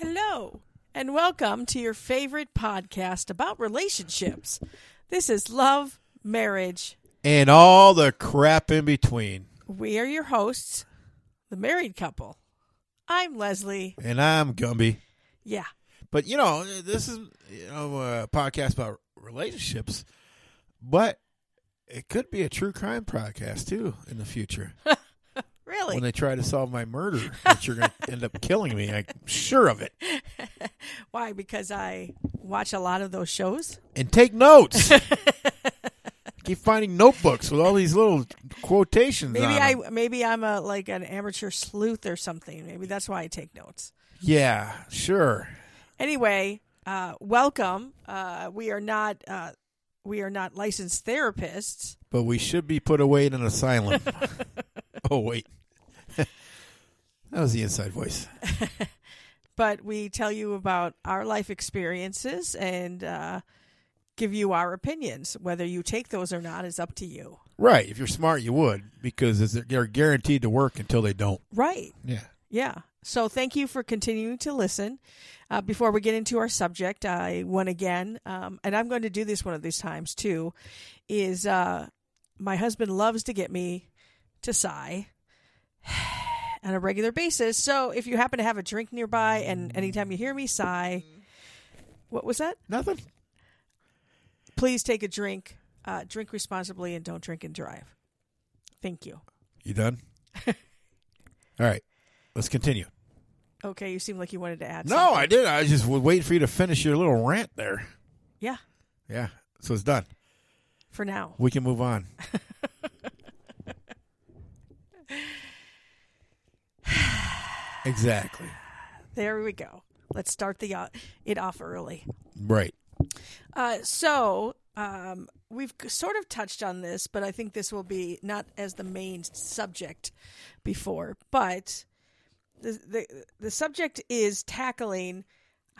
Hello, and welcome to your favorite podcast about relationships. This is Love, Marriage. and all the crap in between. We are your hosts, the married couple. I'm Leslie. And I'm Gumby. Yeah. But you know, this is you know a podcast about relationships, but it could be a true crime podcast too in the future. Really? when they try to solve my murder, that you're going to end up killing me. I'm sure of it. Why? Because I watch a lot of those shows. And take notes. Keep finding notebooks with all these little quotations. Maybe on I them. maybe I'm a like an amateur sleuth or something. Maybe that's why I take notes. Yeah, sure. Anyway, uh, welcome. Uh, we are not uh, we are not licensed therapists. But we should be put away in an asylum. oh wait, that was the inside voice. but we tell you about our life experiences and uh, give you our opinions. Whether you take those or not is up to you. Right. If you're smart, you would because it's- they're guaranteed to work until they don't. Right. Yeah. Yeah. So thank you for continuing to listen. Uh, before we get into our subject, I one again, um, and I'm going to do this one of these times too, is uh, my husband loves to get me to sigh on a regular basis. So if you happen to have a drink nearby, and anytime you hear me sigh, what was that? Nothing. please take a drink. Uh, drink responsibly and don't drink and drive. Thank you. You done? all right. Let's continue. Okay, you seem like you wanted to add. No, something. I did. I just was waiting for you to finish your little rant there. Yeah, Yeah. So it's done. for now. We can move on. exactly. There we go. Let's start the uh, it off early. Right. Uh, so um, we've c- sort of touched on this, but I think this will be not as the main subject before, but the the the subject is tackling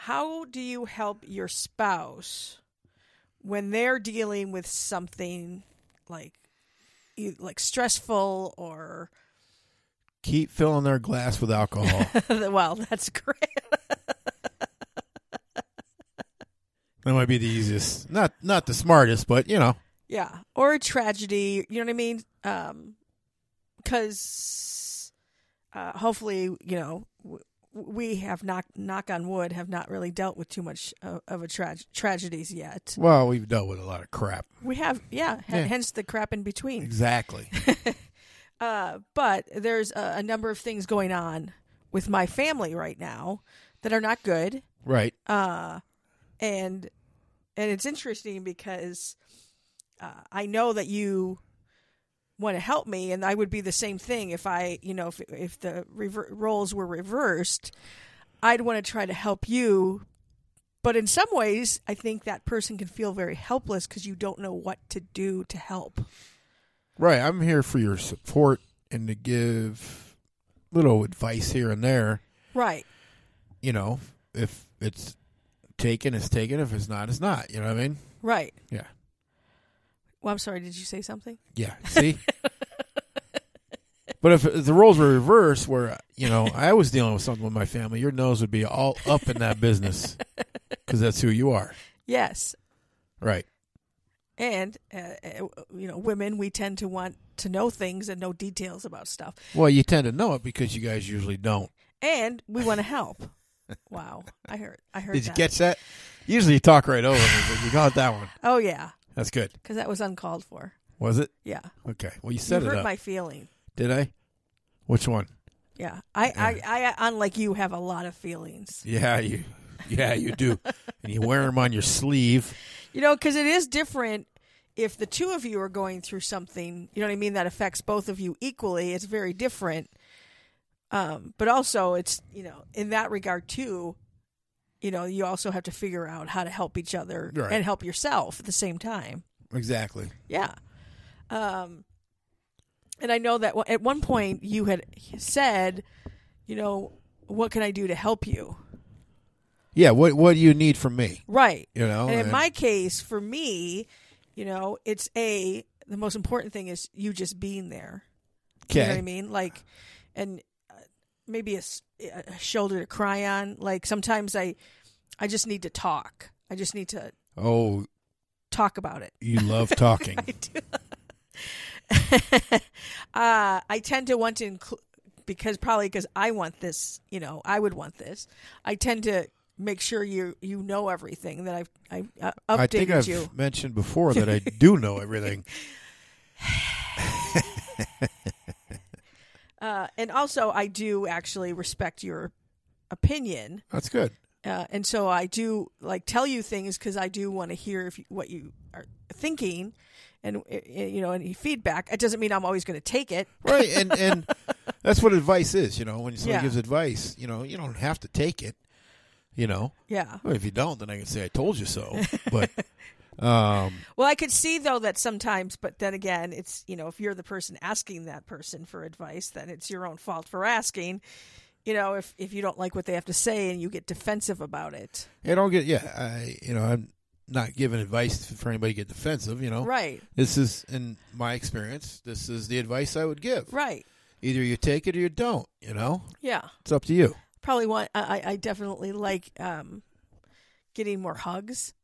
how do you help your spouse when they're dealing with something like e- like stressful or Keep filling their glass with alcohol. well that's great That might be the easiest. Not not the smartest, but you know. Yeah, or a tragedy. You know what I mean? Um, because uh, hopefully, you know, w- we have knock knock on wood have not really dealt with too much of, of a trag- tragedies yet. Well, we've dealt with a lot of crap. We have, yeah, h- Yeah. Hence the crap in between. Exactly. Uh, but there's a, a number of things going on with my family right now that are not good. right. uh, and and it's interesting because uh, I know that you want to help me, and I would be the same thing if I, you know, if if the rever- roles were reversed, I'd want to try to help you. But in some ways, I think that person can feel very helpless because you don't know what to do to help. Right. I'm here for your support and to give little advice here and there. Right. You know, if it's taken, it's taken. If it's not, it's not. You know what I mean? Right. Yeah. Well, I'm sorry. Did you say something? Yeah. See? but if the roles were reversed, where, you know, I was dealing with something with my family, your nose would be all up in that business because that's who you are. Yes. Right. And uh, uh, you know, women we tend to want to know things and know details about stuff. Well, you tend to know it because you guys usually don't. and we want to help. wow, I heard. I heard. Did you that. catch that? Usually you talk right over me, but you got that one. Oh yeah, That's good. because that was uncalled for. Was it? Yeah, Okay. Well, you set you it hurt up. my feeling. Did I? Which one? Yeah, I, I, I, unlike you, have a lot of feelings. Yeah, you. Yeah, you do. and you wear them on your sleeve. You know, because it is different if the two of you are going through something. You know what I mean? That affects both of you equally. It's very different Um, but also, it's you know, in that regard too, you know, you also have to figure out how to help each other Right. and help yourself at the same time. Exactly. Yeah. Um, and I know that w- at one point you had said, you know, what can I do to help you? Yeah. What What do you need from me? Right. You know. and in my case, for me, you know, it's a the most important thing is you just being there. You know what I okay. mean? Like, and uh, maybe a, s- a shoulder to cry on. Like sometimes I, I just need to talk. I just need to Oh, talk about it. you love talking. I do. uh, I tend to want to include because probably because I want this. You know, I would want this. I tend to make sure you you know everything that I've I uh, updated I think I've you. mentioned before that I do know everything. Uh, and also, I do actually respect your opinion. That's good. Uh, and so I do like tell you things because I do want to hear if you, what you are thinking, and uh, you know any feedback. It doesn't mean I'm always going to take it. right and and that's what advice is you know when somebody Yeah. gives advice you know you don't have to take it you know Yeah. well, if you don't then i can say i told you so but um Well, I could see though that sometimes, but then again, it's you know if you're the person asking that person for advice, then it's your own fault for asking. You know, if if you don't like what they have to say and you get defensive about it, i don't get yeah i you know i'm not giving advice for anybody to get defensive you know right, this is in my experience this is the advice i would give right, either you take it or you don't you know yeah, it's up to you probably want. I, I I definitely like um, getting more hugs,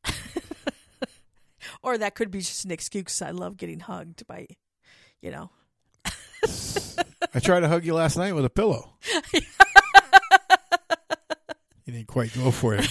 or that could be just an excuse. I love getting hugged by, you know, i tried to hug you last night with a pillow you didn't quite go for it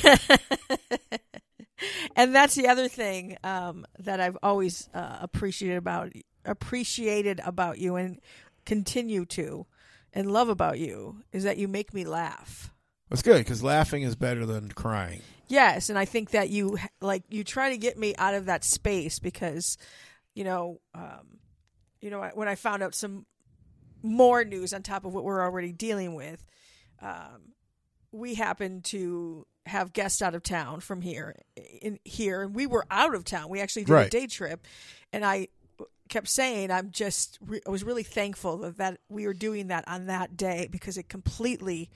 and that's the other thing um, that I've always uh, appreciated about appreciated about you, and continue to, and love about you is that you make me laugh. that's good because laughing is better than crying Yes, and I think that you h- like you try to get me out of that space because, you know, um, you know I- when I found out some more news on top of what we're already dealing with, um, we happened to have guests out of town from here in here, and we were out of town. We actually did a Right. day trip, and I kept saying I'm just re- I was really thankful that, that we were doing that on that day because it completely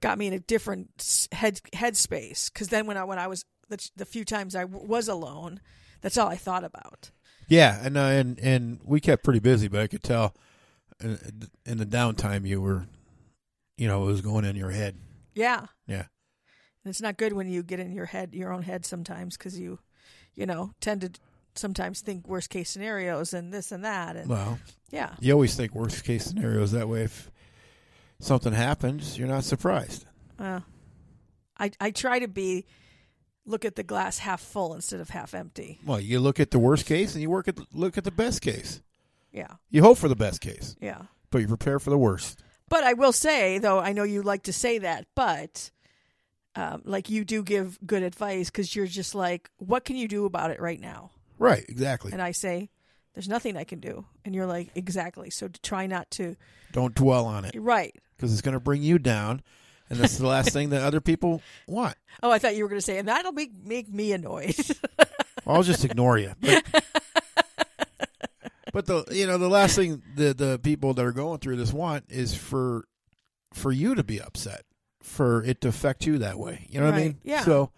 got me in a different s- head headspace because then when I when I was the, the few times I w- was alone that's all I thought about Yeah, and uh, and and we kept pretty busy, but I could tell uh, in the downtime you were, you know, it was going in your head. yeah Yeah, And it's not good when you get in your head, your own head sometimes, because you, you know, tend to sometimes think worst case scenarios and this and that. And well, yeah, you always think worst case scenarios. That way, if something happens, you're not surprised. uh, I I try to be look at the glass half full instead of half empty. Well, you look at the worst case and you work at look at the best case. Yeah, You hope for the best case, yeah. but you prepare for the worst. But I will say though, I know you like to say that, but um, like you do give good advice because you're just like, what can you do about it right now? Right, exactly. And I say. There's nothing I can do, and you're like exactly. So to try not to. Don't dwell on it Right. because it's going to bring you down, and that's the last thing that other people want. Oh, I thought you were going to say, and that'll make make me annoyed. I'll just ignore you. But, but the you know the last thing the the people that are going through this want is for for you to be upset, for it to affect you that way. You know what I Right, mean? yeah. So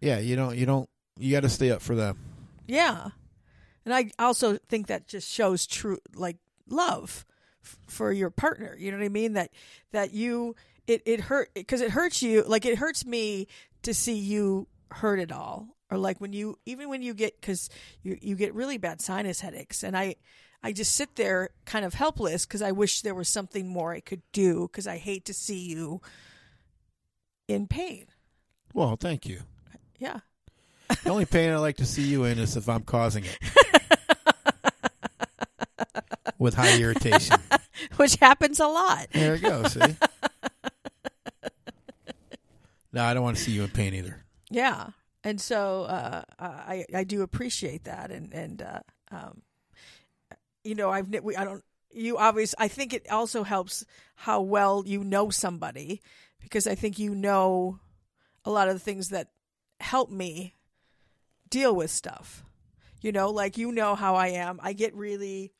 yeah, you don't you don't you got to stay up for them. yeah, and I also think that just shows true like love f- for your partner. You know what I mean? That that you it it hurt because it hurts you. Like it hurts me to see you hurt it all, or like when you even when you get because you you get really bad sinus headaches, and I. I just sit there kind of helpless because I wish there was something more I could do because I hate to see you in pain. Well, thank you. Yeah. The only pain I like to see you in is if I'm causing it with high irritation. which happens a lot. There you go. See. No, I don't want to see you in pain either. Yeah, and so uh, I I do appreciate that, and and uh, um, you know I've ne- we, I don't you obviously i think it also helps how well you know somebody because i think you know a lot of the things that help me deal with stuff you know like you know how i am i get really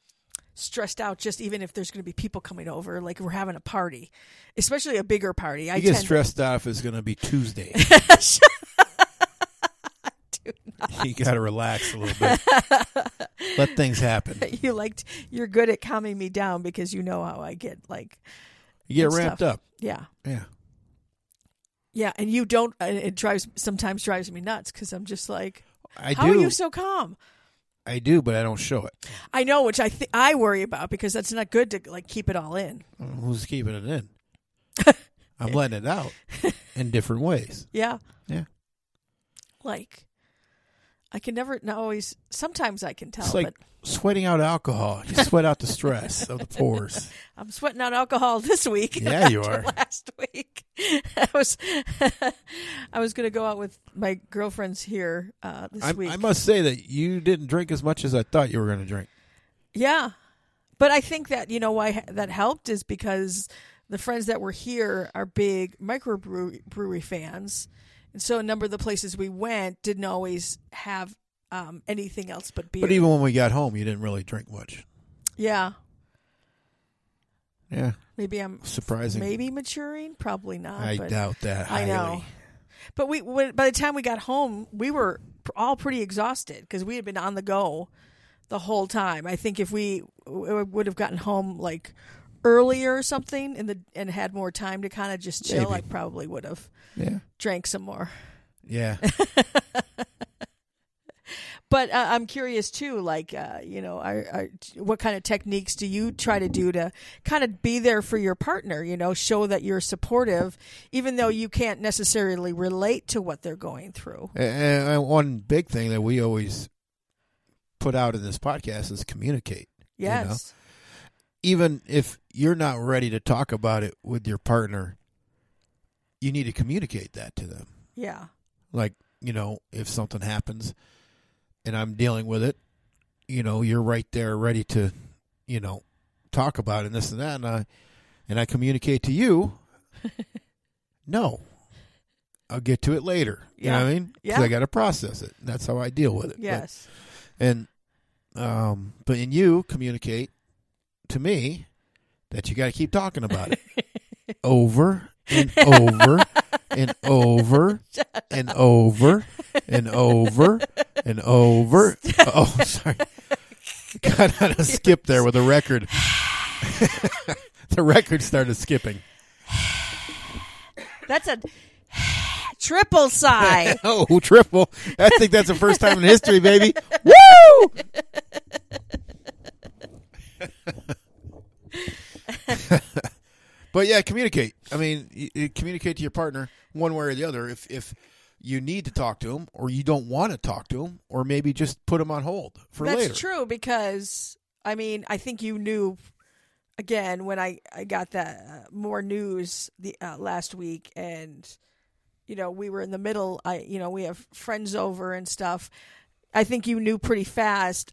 stressed out just even if there's going to be people coming over like we're having a party especially a bigger party i You get tend stressed out if it's going to be Tuesday. to you got to relax a little bit. Let things happen. you liked you're good at calming me down because you know how i get like You Good get ramped stuff. up. yeah Yeah. yeah and you don't and it drives sometimes drives me nuts because i'm just like I how do. are you so calm I do, but I don't show it. I know, which I th- I worry about because that's not good to like keep it all in. Who's keeping it in? I'm letting it out in different ways. Yeah, Yeah. like I can never not always. Sometimes I can tell, It's like Oh, but sweating out alcohol. You sweat out the stress of the pores. I'm sweating out alcohol this week. Yeah, you after are. Last week, I was I was gonna go out with my girlfriends here uh, this I, week. I must say that you didn't drink as much as I thought you were going to drink. Yeah. But I think that, you know, why that helped is because the friends that were here are big microbrewery brewery fans. And so a number of the places we went didn't always have um, anything else but beer. But even when we got home, you didn't really drink much. yeah. Yeah, Maybe I'm surprising. maybe maturing. Probably not. I but doubt that. I Highly. know. But we when, by the time we got home, we were pr- all pretty exhausted because we had been on the go the whole time. I think if we w- would have gotten home like earlier or something and the and had more time to kind of just chill, Maybe. I probably would have Yeah, drank some more. yeah. But uh, I'm curious too, like uh, you know, are, are, what kind of techniques do you try to do to kind of be there for your partner? You know, show that you're supportive, even though you can't necessarily relate to what they're going through. and, and one big thing that we always put out in this podcast is communicate. You know? Yes. even if you're not ready to talk about it with your partner, you need to communicate that to them. Yeah. Like, you know, if something happens and I'm dealing with it, you know, you're right there ready to, you know, talk about it and this and that and I and I communicate to you no. I'll get to it later. You know what I mean? 'Cause Yeah. I got to process it. That's how I deal with it. But- Yes. and um, but and you communicate to me that you got to keep talking about it over and over and over and over and over and over. Oh, sorry. Got on a skip there with a record. the record started skipping. That's a triple sigh. Oh, triple. I think that's the first time in history, baby. Woo! but yeah, communicate. I mean, you, you communicate to your partner one way or the other if if you need to talk to him or you don't want to talk to him or maybe just put him on hold for That's later. true because I mean I think you knew again when I I got that uh, more news the uh, last week and you know we were in the middle I you know we have friends over and stuff. I think you knew pretty fast.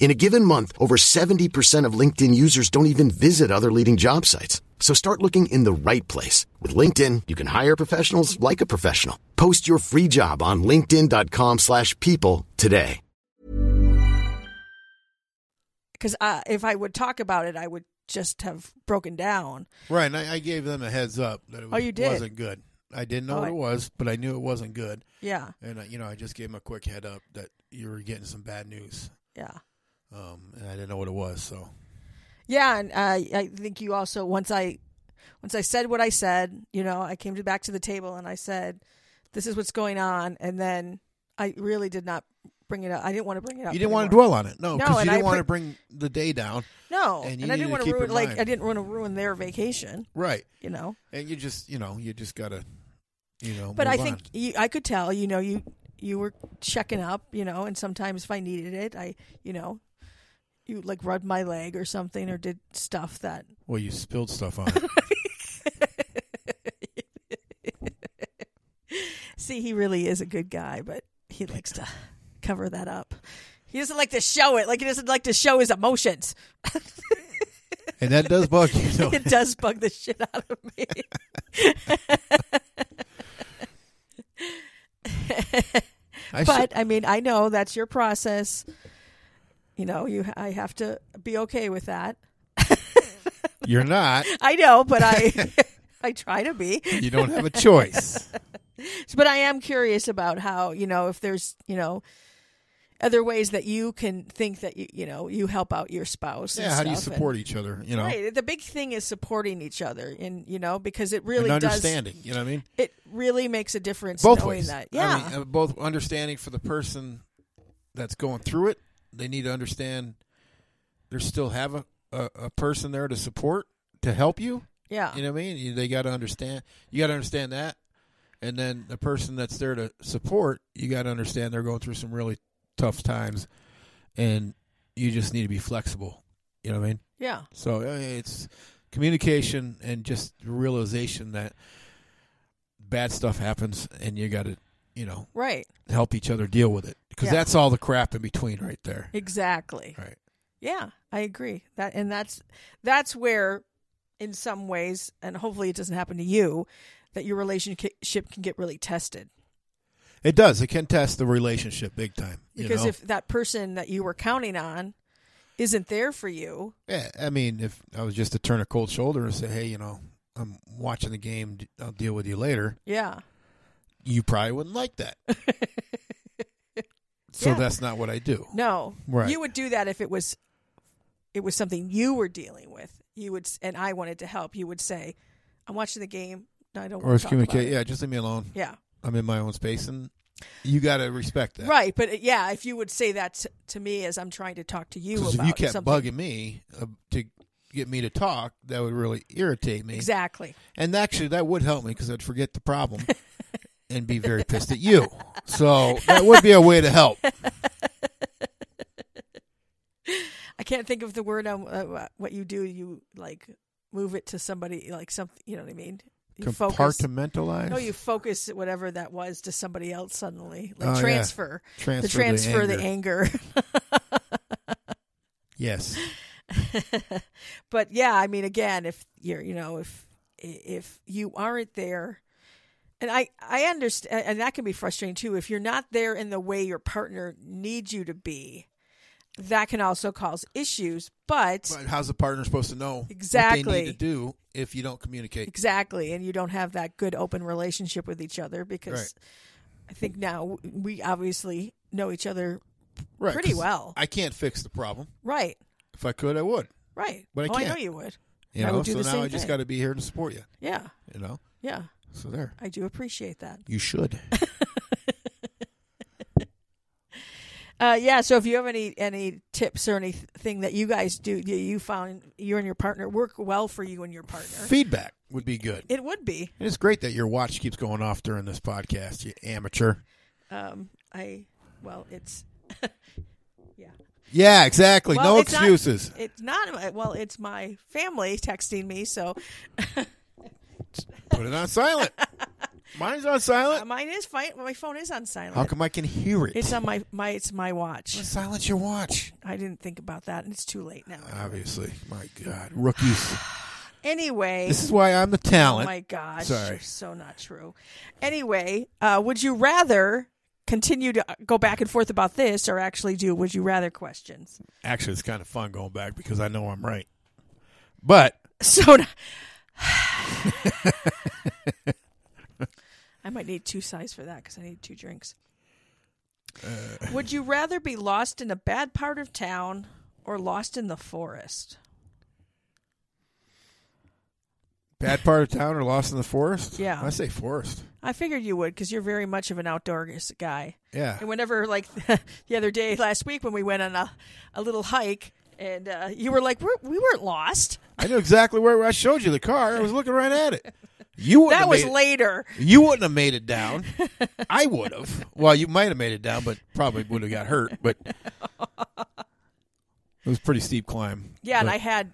In a given month, over 70% of LinkedIn users don't even visit other leading job sites. So start looking in the right place. With LinkedIn, you can hire professionals like a professional. Post your free job on linkedin.com/people slash people today. Because uh, if I would talk about it, I would just have broken down. Right. And I, I gave them a heads up that it Oh, was, you did. wasn't good. I didn't know Oh, what I- it was, but I knew it wasn't good. Yeah. And I, you know, I just gave him a quick head up that you were getting some bad news, Yeah. um, and I didn't know what it was. So Yeah, and uh, I think you also once I once I said what I said, you know, I came to back to the table and I said, "This is what's going on," and then I really did not bring it up. I didn't want to bring it up. you didn't want to anymore. dwell on it, no, No, because and you I didn't want to put- bring the day down, No, And and, you I needed to didn't want keep to in ruin like mind. I didn't want to ruin their vacation, right? you know. And you just, you know, you just gotta, you know. But I move think on. you, I could tell, you know, you you were checking up, you know, and sometimes if I needed it, I, you know, you like rubbed my leg or something or did stuff that well, you spilled stuff on it. See, he really is a good guy, but he likes to cover that up. He doesn't like to show it. Like he doesn't like to show his emotions. and that does bug you. So It does bug the shit out of me. I but I mean, I know that's your process. You know, you I have to be okay with that. should- you're not. I know, but I I try to be. You don't have a choice. But I am curious about how, you know, if there's, you know, other ways that you can think that you, you know, you help out your spouse. and yeah, how do you stuff and- support each other? You know, Right. The big thing is supporting each other, and you know, because it and really does. understanding. You know what I mean? It really makes a difference both knowing ways. that. I Yeah. mean, uh, both understanding for the person that's going through it. They need to understand they still have a, a, a person there to support to help you. yeah. You know what I mean? You- They got to understand. You got to understand that, and then the person that's there to support you got to understand they're going through some really tough times, and you just need to be flexible. You know what I mean? yeah. So uh, it's communication and just realization that bad stuff happens, and you got to, you know, Right. help each other deal with it because Yeah. that's all the crap in between right there. Exactly. Right. Yeah, I agree. That and that's that's where in some ways and hopefully it doesn't happen to you that your relationship can get really tested. It does. It can test the relationship big time. you Because know? if that person that you were counting on isn't there for you, yeah, I mean, if I was just to turn a cold shoulder and say, "Hey, you know, I'm watching the game. d- I'll deal with you later," yeah. you probably wouldn't like that. so Yeah. that's not what I do. No, Right. You would do that if it was, it was something you were dealing with. You would, s- and I wanted to help. You would say, "I'm watching the game. No, I don't." Or want it's to talk about communicate. it." Yeah, just leave me alone. yeah, I'm in my own space, and you got to respect that. right. But uh, yeah, if you would say that t- to me as I'm trying to talk to you Because about if you kept something, bugging me uh, to get me to talk, that would really irritate me. exactly. And actually, that would help me because I'd forget the problem and be very pissed at you. So that would be a way to help. I can't think of the word. Um, uh, what you do, you like move it to somebody, like something. You know what I mean? You focus. Compartmentalize. No, you focus whatever that was to somebody else suddenly, Oh, like yeah. transfer, transfer the transfer, the anger. Yes, but yeah, I mean, again, if you're, you know, if if you aren't there, and I I understand, and that can be frustrating too. If you're not there in the way your partner needs you to be, that can also cause issues. But, but how's the partner supposed to know what they Exactly. need to do if you don't communicate? exactly, and you don't have that good open relationship with each other because Right. I think now we obviously know each other. Right, Pretty 'cause well. I can't fix the problem. Right, If I could, I would. right. But I oh, I know can't. you would. You I know, would do so the now same I just thing. got to be here to support you. Yeah, You know, yeah. so there. I do appreciate that. You should. Uh, yeah. So if you have any any tips or anything that you guys do, you, you found you and your partner work well for you and your partner, Feedback would be good. it would be. And it's great that your watch keeps going off during this podcast, you amateur. Um, I well, it's Yeah, exactly. well, no it's not- excuses. it's not well, it's my family texting me, so Put it on silent. Mine's on silent. uh, mine is fine. My phone is on silent. How come I can hear it? Um, It's on my my it's my watch. silence your watch. I didn't think about that, and it's too late now. Obviously, my God, rookies. Anyway, This is why I'm the Oh talent. my gosh. Sorry. So not true. Anyway, uh, would you rather continue to go back and forth about this or actually do would you rather questions? Actually, it's kind of fun going back because I know I'm right. But So I might need two sides for that because I need two drinks. Would you rather be lost in a bad part of town or lost in the forest? Bad part of town or lost in the forest? Yeah. I say forest. I figured you would because you're very much of an outdoors guy. Yeah. And whenever, like the other day last week when we went on a, a little hike, and uh, you were like, we're, "We weren't lost." I knew exactly where I showed you the car. I was looking right at it. You wouldn't That have was made it- later. You wouldn't have made it down. I would have. Well, you might have made it down, but probably would have got hurt. But it was a pretty steep climb. Yeah, and But- I had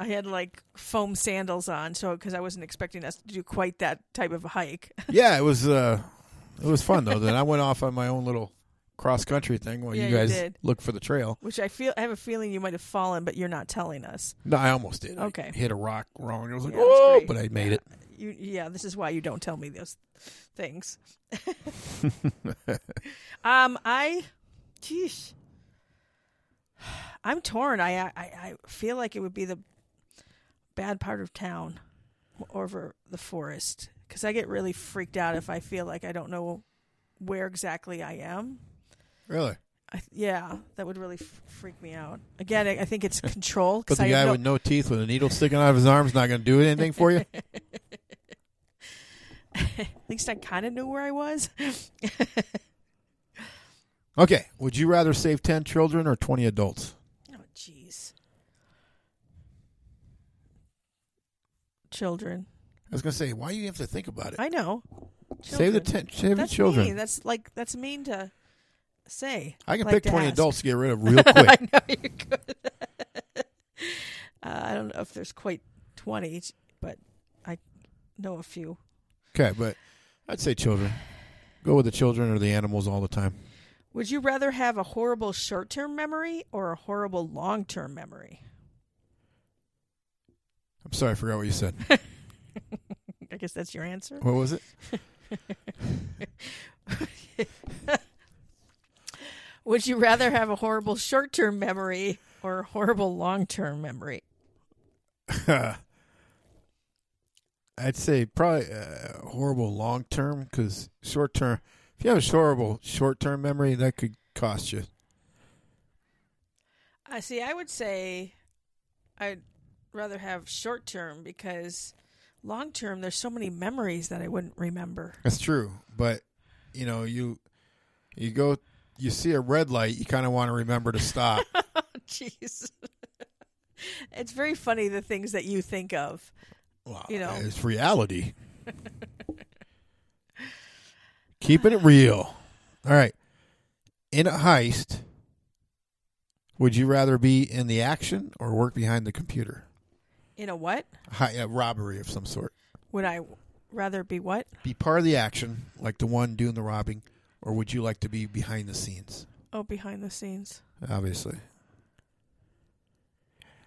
I had like foam sandals on, so because I wasn't expecting us to do quite that type of a hike. yeah, it was. Uh, it was fun though. then I went off on my own little cross country thing while Yeah, you you guys did. looked for the trail. Which I feel I have a feeling you might have fallen, but you're not telling us. No, I almost did. I Okay. hit a rock wrong. I was like, Yeah, that's oh, great. but I made it. You yeah, this is why you don't tell me those things. um, I, geez, I'm torn. I, I I feel like it would be the bad part of town over the forest because I get really freaked out if I feel like I don't know where exactly I am. Really? I, yeah, that would really f- freak me out. Again, I, I think it's control. 'cause But the I guy have no- with no teeth with a needle sticking out of his arm's not going to do anything for you. at least I kind of knew where I was. Okay. Would you rather save ten children or twenty adults? Oh, jeez. Children. I was going to say, why do you have to think about it? I know. Save the Children. ten. Save That's the children. mean. That's like that's mean to say. I can like pick to 20 ask. adults to get rid of real quick. I know you could. uh, I don't know if there's quite twenty, but I know a few. okay, but I'd say children. Go with the children or the animals all the time. Would you rather have a horrible short-term memory or a horrible long-term memory? I'm sorry, I forgot what you said. I guess that's your answer. What was it? Would you rather have a horrible short term memory or a horrible long term memory? I'd say probably uh, horrible long term because short term. If you have a horrible short term memory, that could cost you. I see. I would say I'd rather have short term because long term, there's so many memories that I wouldn't remember. That's true, but you know you you go you see a red light, you kind of want to remember to stop. Jeez. it's very funny the things that you think of. Well, You know. it's reality. Keeping it real. All right. In a heist, would you rather be in the action or work behind the computer? In a what? Hi, a robbery of some sort. Would I rather be what? Be part of the action, like the one doing the robbing, or would you like to be behind the scenes? Oh, behind the scenes. Obviously.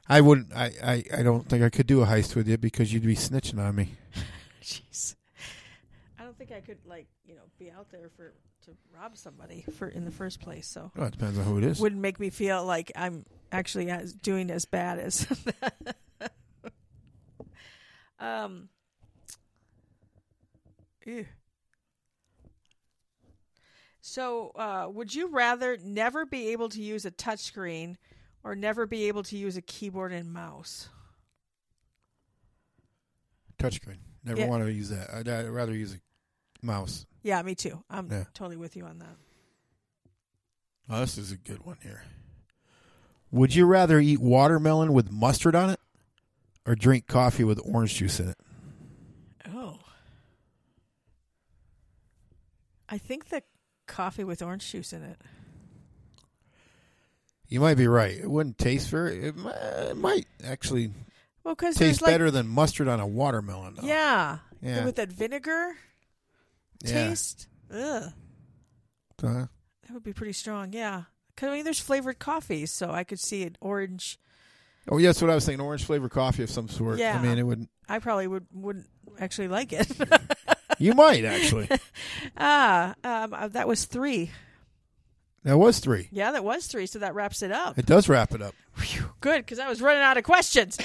I wouldn't I, I, I don't think I could do a heist with you because you'd be snitching on me. Jeez. I don't think I could like, you know, be out there for to rob somebody for in the first place, so Well, it depends on who it is. wouldn't make me feel like I'm actually as doing as bad as um ew. So, uh, would you rather never be able to use a touchscreen or never be able to use a keyboard and mouse? Touchscreen. Never Yeah. want to use that. I'd, I'd rather use a mouse. Yeah, me too. I'm Yeah. totally with you on that. Oh, this is a good one here. Would you rather eat watermelon with mustard on it or drink coffee with orange juice in it? Oh. I think the coffee with orange juice in it. You might be right. It wouldn't taste very. It, mi- it might actually Well, because taste there's like, better than mustard on a watermelon. Though. Yeah. Yeah. With that vinegar Yeah. taste. Ugh. Uh-huh. That would be pretty strong. Yeah. 'Cause, I mean, there's flavored coffees, so I could see an orange. Oh, yeah, that's what I was thinking. Orange flavored coffee of some sort. I Yeah. mean, it wouldn't. I probably would wouldn't actually like it. You might actually. ah, um, uh, that was three. that was three. Yeah, that was three. So that wraps it up. It does wrap it up. Phew, good, because I was running out of questions.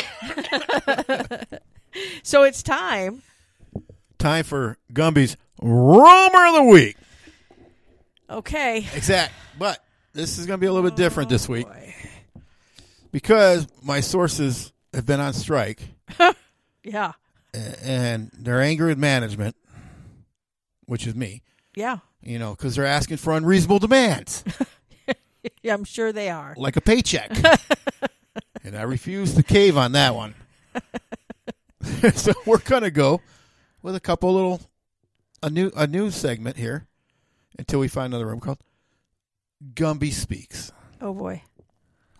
so it's time Time for Gumby's Rumor of the week. Okay. Exact. But this is going to be a little bit different Oh, this week because my sources have been on strike Yeah. a- and they're angry at management, which is me, Yeah. you know, because they're asking for unreasonable demands. Yeah, I'm sure they are. like a paycheck. and I refuse to cave on that one. so we're gonna go with a couple little a new a new segment here until we find another room called Gumby Speaks. Oh boy.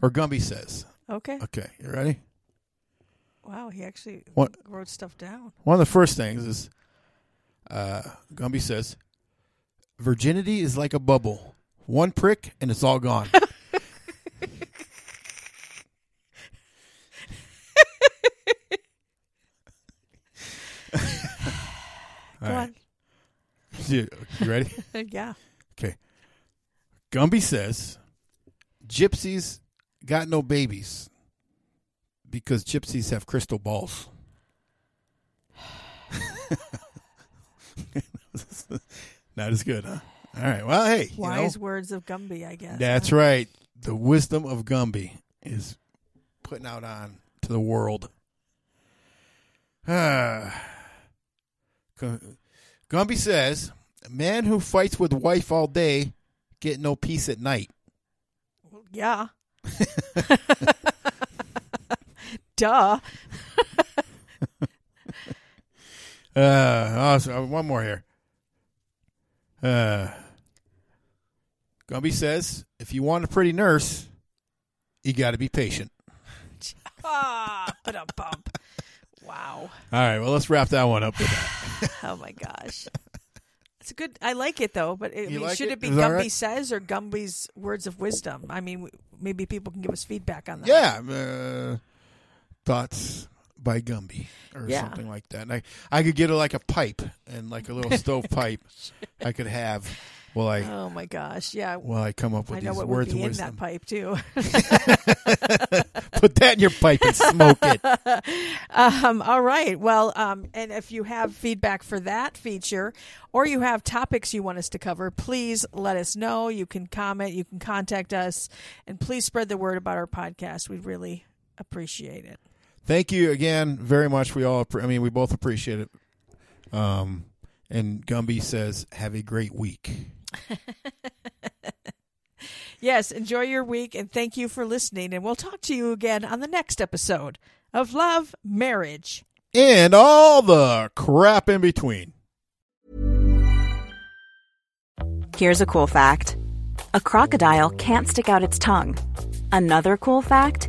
Or Gumby says. Okay. Okay, you ready? Wow, he actually What- wrote stuff down. One of the first things is uh, Gumby says virginity is like a bubble. One prick and it's all gone. All Go right. You, you ready? on. yeah. Okay. Gumby says gypsies got no babies because gypsies have crystal balls. Not as good, huh? All right. Well, hey. you know, Wise words of Gumby, I guess. that's huh? right. The wisdom of Gumby is putting out on to the world. Ah. Gu- Gumby says, "A man who fights with wife all day get no peace at night." Yeah. Duh. Uh, oh, so, uh, one more here. Uh, Gumby says, "If you want a pretty nurse, you got to be patient." Ah, but a bump. Wow. All right. Well, let's wrap that one up. with that. Oh my gosh. It's a good. I like it though, but it, I You mean, like should it? it, be Is that Gumby right? says or Gumby's words of wisdom? I mean, w- maybe people can give us feedback on that. yeah, uh, thoughts by Gumby or Yeah. something like that. And I I could get a, like a pipe and like a little stove pipe I could have while I Oh my gosh. Yeah. while I come up with I know these what would words be of in wisdom. that pipe too. Put that in your pipe and smoke it. Um, all right. Well, um, and if you have feedback for that feature or you have topics you want us to cover, please let us know. You can comment, you can contact us, and please spread the word about our podcast. We really appreciate it. Thank you again very much. We all appre- I mean we both appreciate it. Um, and Gumby says, "Have a great week." Yes, enjoy your week and thank you for listening. And we'll talk to you again on the next episode of Love Marriage. And all the crap in between. Here's a cool fact a crocodile can't stick out its tongue. Another cool fact